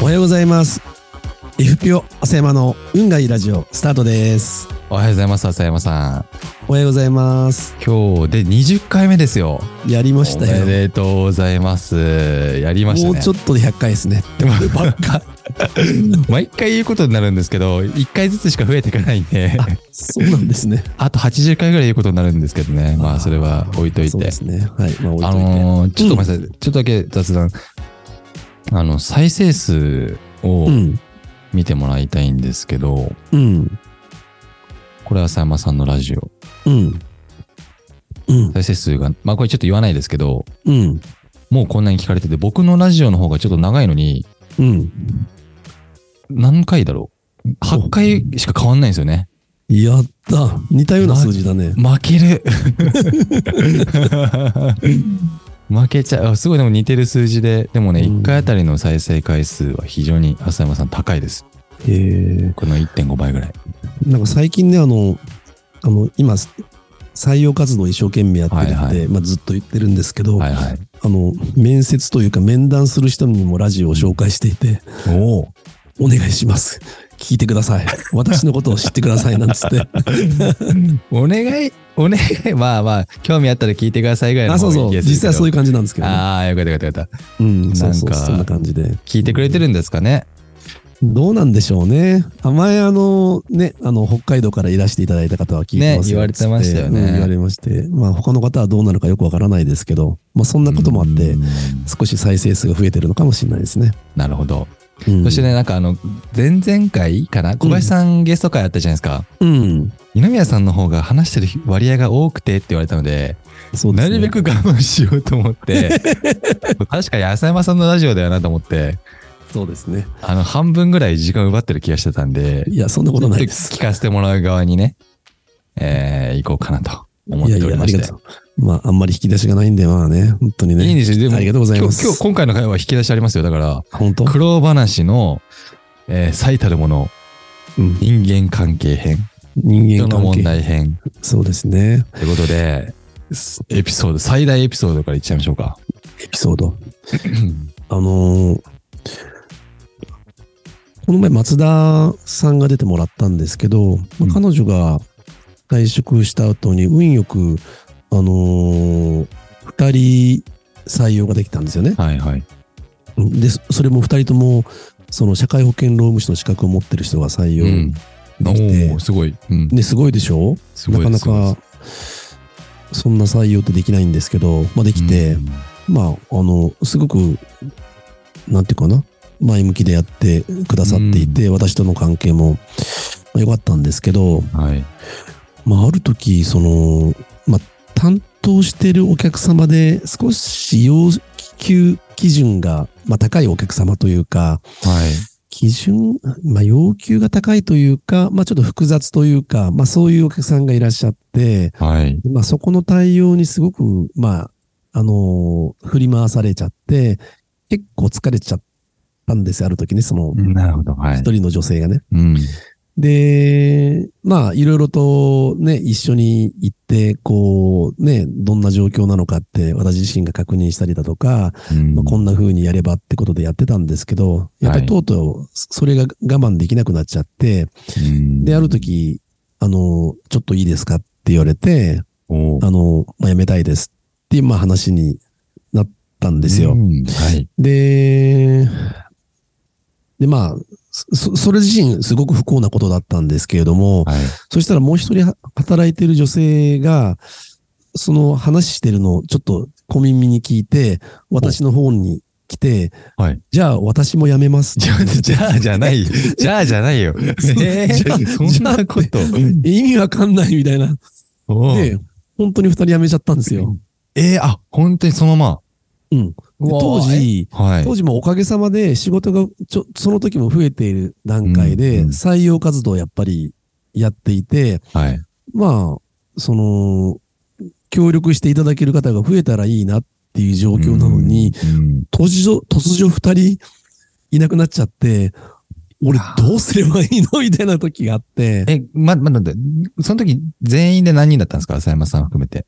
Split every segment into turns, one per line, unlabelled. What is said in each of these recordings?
おはようございます。FPO 浅山の運がいいラジオスタートです。
おはようございます、浅山さん。
おはようございます。
今日で20回目ですよ。
やりまし
お
た
め
よ。
でとうございます。やりました
も
ね。
うちょっとで100回ですね。
でもばっ か毎回言うことになるんですけど、1回ずつしか増えていかないんで、
あ、そうなんですね。
あと80回ぐらい言うことになるんですけどね。 ま
あー
あ、それは置いとい
そう
て
で。すね。はい。まあ、置い
あ
といて。
のーちょっとごめんなさい、ちょっとだけ雑談。あの、再生数を
うん。
見てもらいたいんですけど、
うん。
これ浅山さんのラジオ。
うん。うん。
再生数が、まあこれちょっと言わないですけど、
うん。
もうこんなに聞かれてて、僕のラジオの方がちょっと長いのに、
うん。
何回だろう ?8 回しか変わんないんですよね。
やった。似たような数字だね。
負ける 負けちゃう。あすごいでも似てる数字で、でもね、
うん
1回あたりの再生回数は非常に浅山さん高いです。
えー、
僕の1.5倍ぐらい。
なんか最近ね、あの、あの、今、採用活動を一生懸命やってるって、
はい
まあ、ずっと言ってるんですけど、
はいはい。
あの、面接というか面談する人にもラジオを紹介していて、
おお。
お願いします。聞いてください。私のことを知ってください。なんつって。
お願い、お願い。 まあまあ、興味あったら聞いてくださいぐらいの
あ、そうそう。実際はそういうう感じなんですけど、ね。
ああ、よかったよかったよかった。
うん、そうそう。
なんか
そんな感じで。
聞いてくれてるんですかね。
どうなんでしょうね。あ前、あの、ね、あの、北海道からいらしていただいた方は聞いてますよ
ね言われてましたよね
つってうん言われまして。まあ、他の方はどうなのかよくわからないですけど、まあ、そんなこともあって
う、ん。
少し再生数が増えてるのかもしれないですね。
なるほど。
うん
そしてね、なんかあの、前々回かな小林さんゲスト会あったじゃないですか。
うん。
二宮さんの方が話してる割合が多くてって言われたので、
そうです
な
ね。
るべく我慢しようと思って、 確かに浅山さんのラジオだよなと思って、
そうですね。
あの、半分ぐらい時間奪ってる気がしてたんで、
いや、そんなことないです。
ちょっと聞かせてもらう側にね、えー、行こうかなと思っておりまし
いやいやあり
て。い
がとう。まあ、あんまり引き出しがないんで、まあね、本当にね。
んですよ。でも、
ありがとうござい
今
ます
日、今日今回の会は引き出しありますよ。だから、
本当、
苦労話の、えー最たるもの、
うん
人間関係編、
人
人
間
の
関
問
係。
題編、
そうですね。
ということで、すエピソード、最大エピソードからいっちゃいましょうか。
エピソー ド。あのーこの前、松田さんが出てもらったんですけど、まあ
うん
彼女が退職した後に、運よく、あのー二人採用ができたんですよね。
はいはい。
で、そそれも二人とも、その社会保険労務士の資格を持ってる人が採用
うん。お
できて、
ーすごい。うん。
ね、すごいでしょ
すごい
な
すごい
かなかそんな採用ってできないんですけど、まあ、できて、
うん
まああのすごくなんていうかな前向きでやってくださっていて、私との関係もまあ良かったんですけど、
はい。
まあ、ある時その、まあ、担当してるお客様で少し要求基準が、まあ、高いお客様というか
はい。
基準、まあ、要求が高いというか、まあ、ちょっと複雑というか、まあ、そういうお客さんがいらっしゃって、
はい。
まあ、そこの対応にすごく、まあ、あのー振り回されちゃって、結構疲れちゃったんですよ、ある時ね、その、
なるほど。は
一
い。
人の女性がね。
うん。
で、まあ、いろいろとね、一緒に行って、こう、ね、どんな状況なのかって、私自身が確認したりだとか、
うん
まあ、こんな風にやればってことでやってたんですけど、やっぱりとうとう、それが我慢できなくなっちゃって、
うん
で、ある。時、あの、ちょっといいですかって言われて、
おー
あの、まあ、辞めたいですっていう、まあ、話になったんですよ。
うんはい。
で、で、まあ、そそれ自身すごく不幸なことだったんですけれども、
はい。
そしたらもう一人は働いてる女性が、その話してるのをちょっと小耳に聞いて、私の方に来て、
はい
じゃあ私も辞めます。
じゃあ、じゃあじゃない。 じゃあじゃ ないよ。え
じゃあ
ーそんなこと。
意味わかんないみたいな。
おー
で、本当に二人辞めちゃったんですよ。
えー、あ、本当にそのま
うん。で
ま。
当時、
うわー、はい。
当時もおかげさまで仕事がちょ、その時も増えている段階
うん
で、
うん
採用活動をやっぱりやっていて、
はい。
まあ、その、協力していただける方が増えたらいいなっていう状況なのに、
うん、
突如、突如二人いなくなっちゃって、俺どうすればいいのみたいな時があって、
え、ま、ま、待って、その時全員で何人だったんですか浅山さん含めて。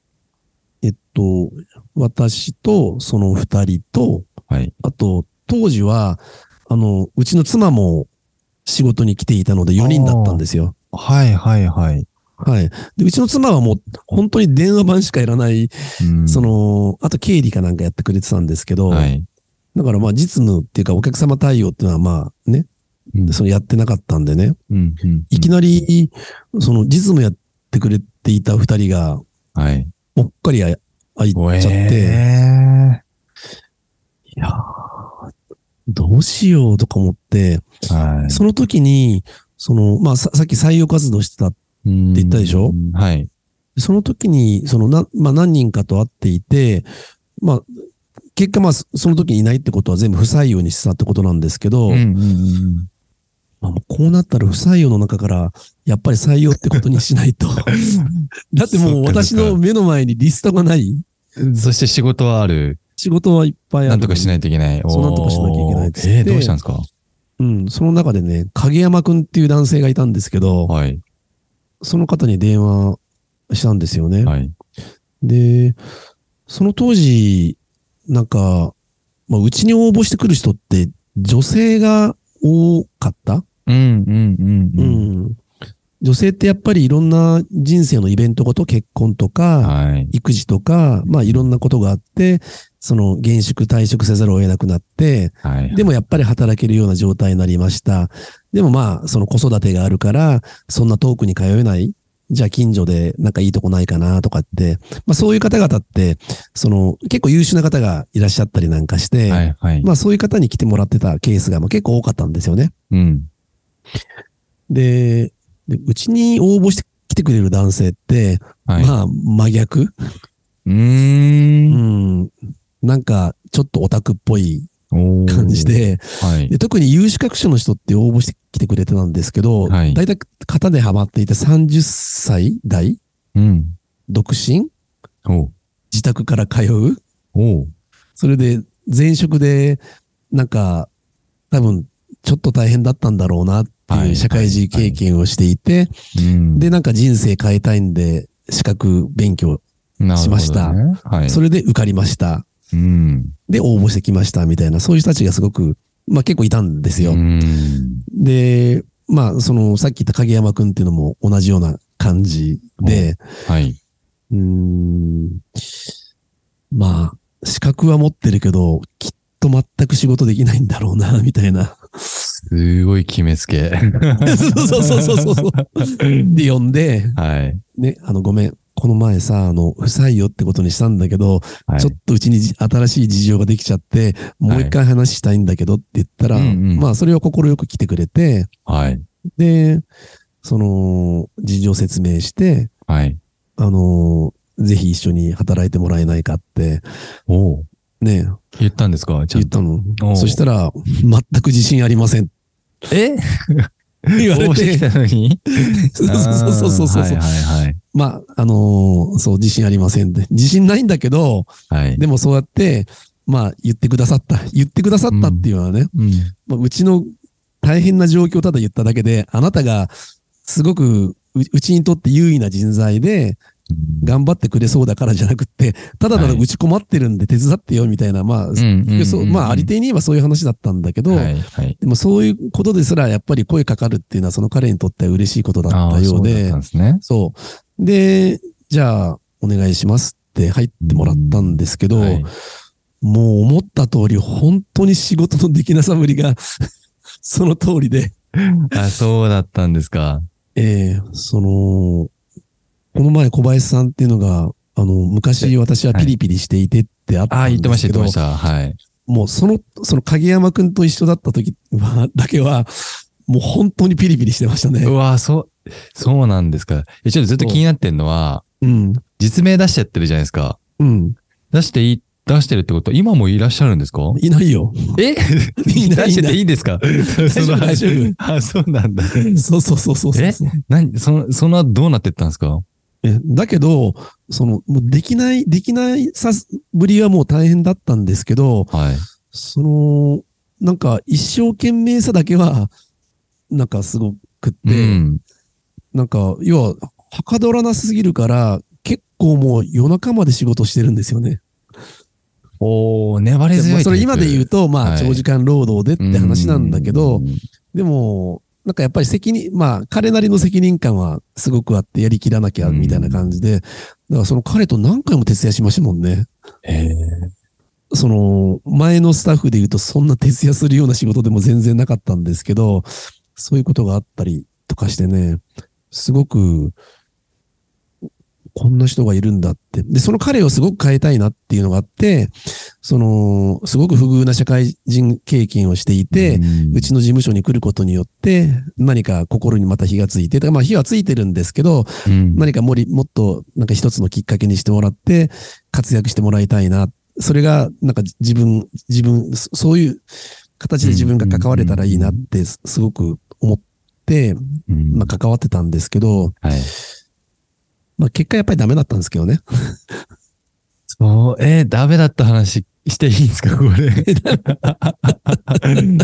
えっと、私とその二人と、
はい。
あと、当時は、あの、うちの妻も仕事に来ていたので4人だったんですよ。
はいはいはい。
はい。で、うちの妻はもう本当に電話番しかいらない、
うん
そ、の、あと経理かなんかやってくれてたんですけど、
はい。
だからまあ実務っていうかお客様対応っていうのはまあね、
うん
そのやってなかったんでね、
うんうん
いきなり、その実務やってくれていた二人が、
はい。
ぽっかりあ開いちゃって、
え
いやーどうしようとか思って、
ーはい。
その時に、その、まあささっき採用活動してた
って
言ったでしょ
はい。
その時に、そのな、まあ何人かと会っていて、まあ、結果まあそその時にいないってことは全部不採用にしてたってことなんですけど、
うんうんうん
まあ、もうこうなったら不採用の中から、やっぱり採用ってことにしない と。だってもう私の目の前にリストがない
うんそして仕事はある。
仕事はいっぱいある。。
なんとかしないいといけない。
そうなんとかしなきゃいけないっつって
おーえーどうしたんですか
うん。その中でね、影山くんっていう男性がいたんですけど、
はい。
その方に電話したんですよね。
はい。
で、その当時、なんか、まあ、うちに応募してくる人って女性が多かった、
うんう
う
んうんうん。
ん、女性ってやっぱりいろんな人生のイベントごと、結婚とか、
はい。
育児とか、まあいろんなことがあって、その現職退職せざるを得なくなって、
はい。
でもやっぱり働けるような状態になりました。でもまあ、その子育てがあるから、そんな遠くに通えない。じゃあ近所でなんかいいとこないかなとかって、まあそういう方々って、その結構優秀な方がいらっしゃったりなんかして、
はいはい。
まあそういう方に来てもらってたケースがまあ結構多かったんですよね。
うん。
で、でうちに応募して来てくれる男性って、
はい。
まあ真逆
う
う
ー。
んん、なんか、ちょっとオタクっぽい
おー
感じ。で、
はい
で。特に有資格者の人って応募してきてくれてたんですけど、
はい
大体型でハマっていて30歳代
うん。
独身
おう
自宅から通う
おう
それで、前職で、なんか、多分、ちょっと大変だったんだろうなって
はいいう
社会人経験をしていて、
うん。
で、なんか人生変えたいんで、資格勉強、
なるほどね、
しました
はい。
それで受かりました。
うん。
で、応募してきました、みたいな、そういう人たちがすごく、まあ結構いたんですよ。
うん
で、まあ、その、さっき言った影山くんっていうのも同じような感じで、
はい。
うーん、まあ、資格は持ってるけど、きっと全く仕事できないんだろうな、み たいな。
すごい決めつけ。
そうそうそうそうそう。で、呼んで、
はい。
ね、あの、ごめん。この前さ、あの、不採用ってことにしたんだけど、
はい
ちょっとうちにじ新しい事情ができちゃって、もう一回話したいんだけどって言ったら、
はいうんうん
まあ、それを快く来てくれて、
はい。
で、その、事情説明して、
はい。
あの、ぜひ一緒に働いてもらえないかって、
おう
ね、
言ったんですかちゃ
言っ
んと。
たの
お。う
そしたら、全く自信ありません。
え
言われ
応募してき
て。
たのに
そうそうそうそうそう
あー
そう。
はい
まあ、あのーそう、自信ありませんって。自信ないんだけど、
はいはい。はい。
でもそうやって、まあ、言ってくださった。言ってくださったっていうのはね、
うん
まあうちの大変な状況をただ言っただけで、あなたが、すごくう、うちにとって優位な人材で、頑張ってくれそうだからじゃなくって、ただただ
はい
打ち困ってるんで手伝ってよみたいな、まあ、
うんうん
そうまあ、ありていに言えばそういう話だったんだけど、
はいはい。
でもそういうことですら、やっぱり声かかるっていうのは、その彼にとっては嬉しいことだ
あ
った
ー
よ
そうだっ
で
たん、ですね。
そう。で、じゃあ、お願いしますって入ってもらったんですけど、
はい
もう思った通り、本当に仕事のできなさぶりが、 その通りで、
あ、そうだったんですか。
えーその、この前小林さんっていうのが、あの、昔私はピリピリしていてってあっ
あ
た
ー
ん
言って
で
まし
す
た、
け
言って
ど
まし、た。はい。
もうその、その影山くんと一緒だった時は、 だけは、もう本当にピリピリしてました
う
ね。
わーそう、そうなんですか。えちょっとずっと気になってんのは、
うん。
実名出しちゃってるじゃないですか。
うん。
出していい、出してるってことは今もいらっしゃるんですか
いないよ。
え
いない
出してて いいんですか大
丈夫大丈 夫
あ、そうなんだ。
そうそうそうそうそう
え何その、その後どうなってったんですか
えだけど、その、もうできない、できないさすぶりはもう大変だったんですけど、
はい。
その、なんか一生懸命さだけは、なんかすごくって、
うん。
なんか、要は、はかどらなすぎるから、結構もう夜中まで仕事してるんですよね。
おお粘り
で
強
まあ
い。
それ今で言うと、ま
は
あ、
い
長時間労働でって話なんだけど、
うん
でも、なんかやっぱり責任、まあ、彼なりの責任感はすごくあって、やりきらなきゃ、みたいな感じで、だからその彼と何回も徹夜しましたもんね。
へー
その、前のスタッフで言うと、そんな徹夜するような仕事でも全然なかったんですけど、そういうことがあったりとかしてね、すごく、こんな人がいるんだって。で、その彼をすごく変えたいなっていうのがあって、その、すごく不遇な社会人経験をしていて、
ん
うちの事務所に来ることによって、何か心にまた火がついて、だからまあ火はついてるんですけど、
うん
何かもり、もっと、なんか一つのきっかけにしてもらって、活躍してもらいたいな。それが、なんか自分、自分、そそういう形で自分が関われたらいいなって、すすごく思って、
うん
まあ関わってたんですけど、
はい。
まあ結果やっぱりダメだったんですけどね。
そう、えー、ダメだった話していいんですか、こ れ。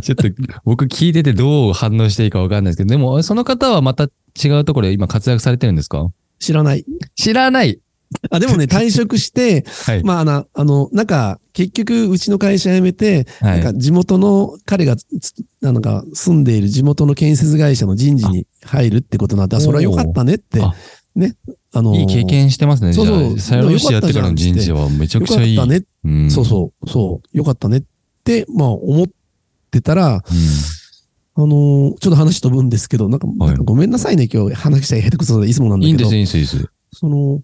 ちょっと、僕聞いててどう反応していいかわかんないですけど、でも、その方はまた違うところで今活躍されてるんですか
知らない。
知らない
あ、でもね、退職して、
はい。
まああの、あの、なんか、結局、うちの会社辞めて、
は
なんか地元の、彼がつ、なんか住んでいる地元の建設会社の人事に入るってことになって、
あ
あそれは良かったねって
あ、
ね、あのー、
いい経験してますね。
そうそう
じゃあサイロシやってからの人事はめちゃく
良か
ちゃい
っ
い。
たね、
うん
そうそう、そう、良かったねって、まあ思ってたら、
うん。
あのーちょっと話飛ぶんですけど、なんか、
はい
なんかごめんなさいね、今日話したい下手くそでいつもなんだ
い
け
いんで
ど、
す、いいんです、いいんです。
その、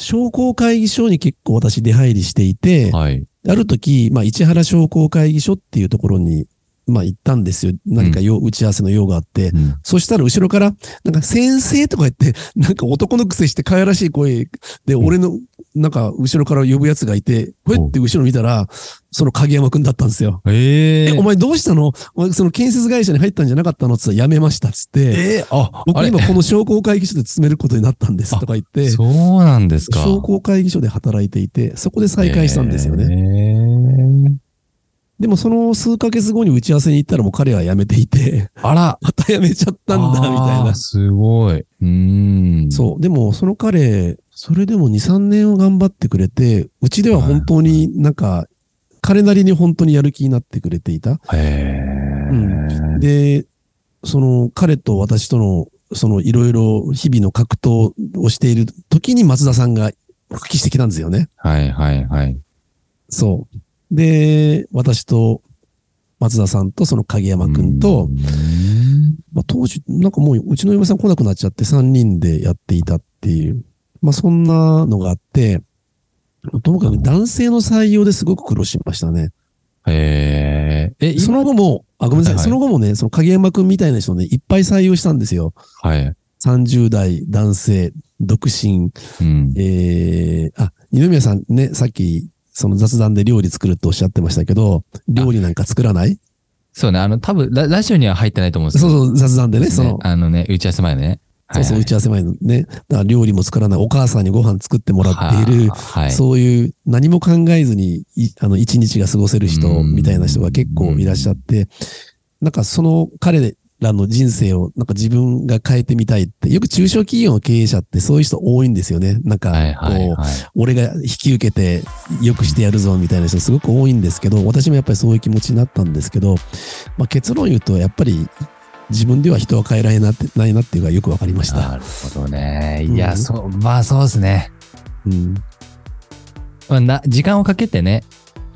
商工会議所に結構私出入りしていて、
はい。
ある時、まあ、市原商工会議所っていうところに、まあ、行ったんですよ。何か用、打ち合わせの用があって。
うん
そしたら後ろから、なんか先生とか言って、なんか男の癖して可愛らしい声で、
うん
俺の、なんか後ろから呼ぶやつがいて、ふ
う
え
ん
って後ろ見たら、その影山くんだったんですよ。
え
え、
ー
お前どうしたのお前その建設会社に入ったんじゃなかったのって言ったら辞めましたっつって、
えーあ、あ
僕
れ
今この商工会議所で勤めることになったんです
あ
とか言って、
そうなんですか。
商工会議所で働いていて、そこで再開したんですよね。
ね。
でもその数ヶ月後に打ち合わせに行ったらもう彼は辞めていて、
あら、
また辞めちゃったんだ、みたい
あー
な。
すごい。うーん。
そう。でもその彼、それでも2、3年を頑張ってくれて、うちでは本当になんか、彼なりに本当にやる気になってくれていた。
へえ。
うんで、その彼と私との、そのいろいろ日々の格闘をしている時に松田さんが復帰してきたんですよね。
はいはいはい。
そう。で、私と松田さんとその影山くんと、
うーん
まあ、当時、なんかもううちの嫁さん来なくなっちゃって3人でやっていたっていう、まあそんなのがあって、ともかく男性の採用ですごく苦労しましたね。
へえ。え、
そ
その、
の後も、あ、ごめんなさい、
はいはい
その後もね、その影山くんみたいな人をね、いっぱい採用したんですよ。
はい。
30代男性、独身、
うん。
えー、あ、二宮さんね、さっき、その雑談で料理作るとおっしゃってましたけど、料理なんか作らない
そうね、あの、多分ララジオには入ってないと思うんです
そ
け
う
ど。
そう、雑談でね、
です
そ
ね
の、
あのね、打ち合わせ前ね。
そうそう、打ち合わせ前のね、だから料理も作らない、お母さんにご飯作ってもらっている、
はい。
そういう何も考えずにい、あの、一日が過ごせる人みたいな人が結構いらっしゃって、なんかその彼らの人生をなんか自分が変えてみたいって、よく中小企業の経営者ってそういう人多いんですよね。なんか、
はいはい
こう、
はい。
俺が引き受けて良くしてやるぞみたいな人すごく多いんですけど、私もやっぱりそういう気持ちになったんですけど、まあ、結論言うと、やっぱり自分では人は変えられなってないなっていうのがよくわかりました。
なるほどね。
うん
いや、そう、まあそうですね。
うん。
まあ、な時間をかけてね、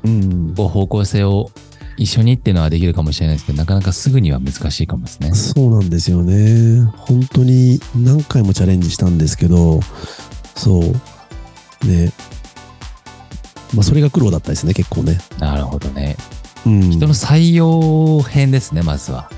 うん。
こう方向性を一緒にっていうのはできるかもしれないですけど、なかなかすぐには難しいかもですね。
そうなんですよね。本当に何回もチャレンジしたんですけど、そう。ね。まあ、それが苦労だったですね、結構ね。
なるほどね。
うん。
人の採用編ですね、まずは。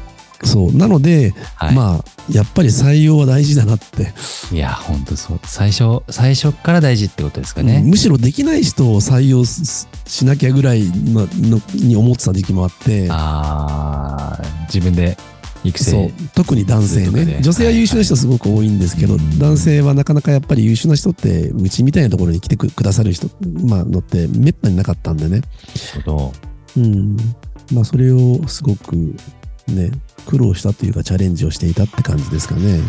そう。なので、
はい。
まあ、やっぱり採用は大事だなって。
いや、ほんとそう。最初、最初から大事ってことですか
うん
ね。
むしろできない人を採用すしなきゃぐらいののに思ってた時期もあって、
ああ、自分で育成。
そう特に男性
ということで
ね。女性は優秀な人すごく多いんですけど、
はいはい
男性はなかなかやっぱり優秀な人って、うちみたいなところに来てくくださる人、まあ、のってめったになかったんでね。
ど。
うん。まあ、それをすごくね、苦労したというかチャレンジをしていたって感じですかね。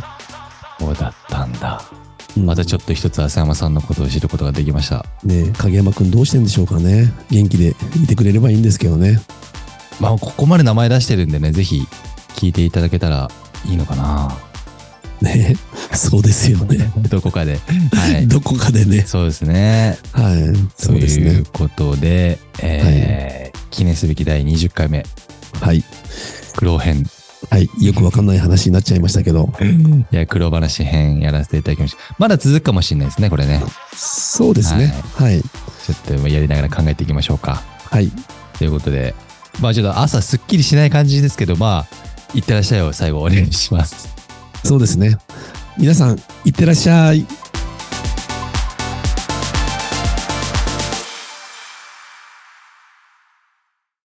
そうだったんだ。
うん
またちょっと一つ浅山さんのことを知ることができました。
ねえ影山くんどうしてんでしょうかね。元気でいてくれればいいんですけどね。
まあ、ここまで名前出してるんでね、ぜひ聞いていただけたらいいのかな。
ね えそうですよね。
どこかで。はい。
どこかでね。
そうですね。
はい。
と
そうです
い
ね
う。ことで、えー記念すべき第20回目、
はい。
苦労編、
はい。よくわかんない話になっちゃいましたけど。
いや、苦労話編やらせていただきました。まだ続くかもしれないですね、これね。
そうですね。はい。
ちょっとやりながら考えていきましょうか。
はい。
ということで、まあちょっと朝すっきりしない感じですけど、まあ、いってらっしゃいを最後お願いします。
そうですね。皆さん、いってらっしゃい。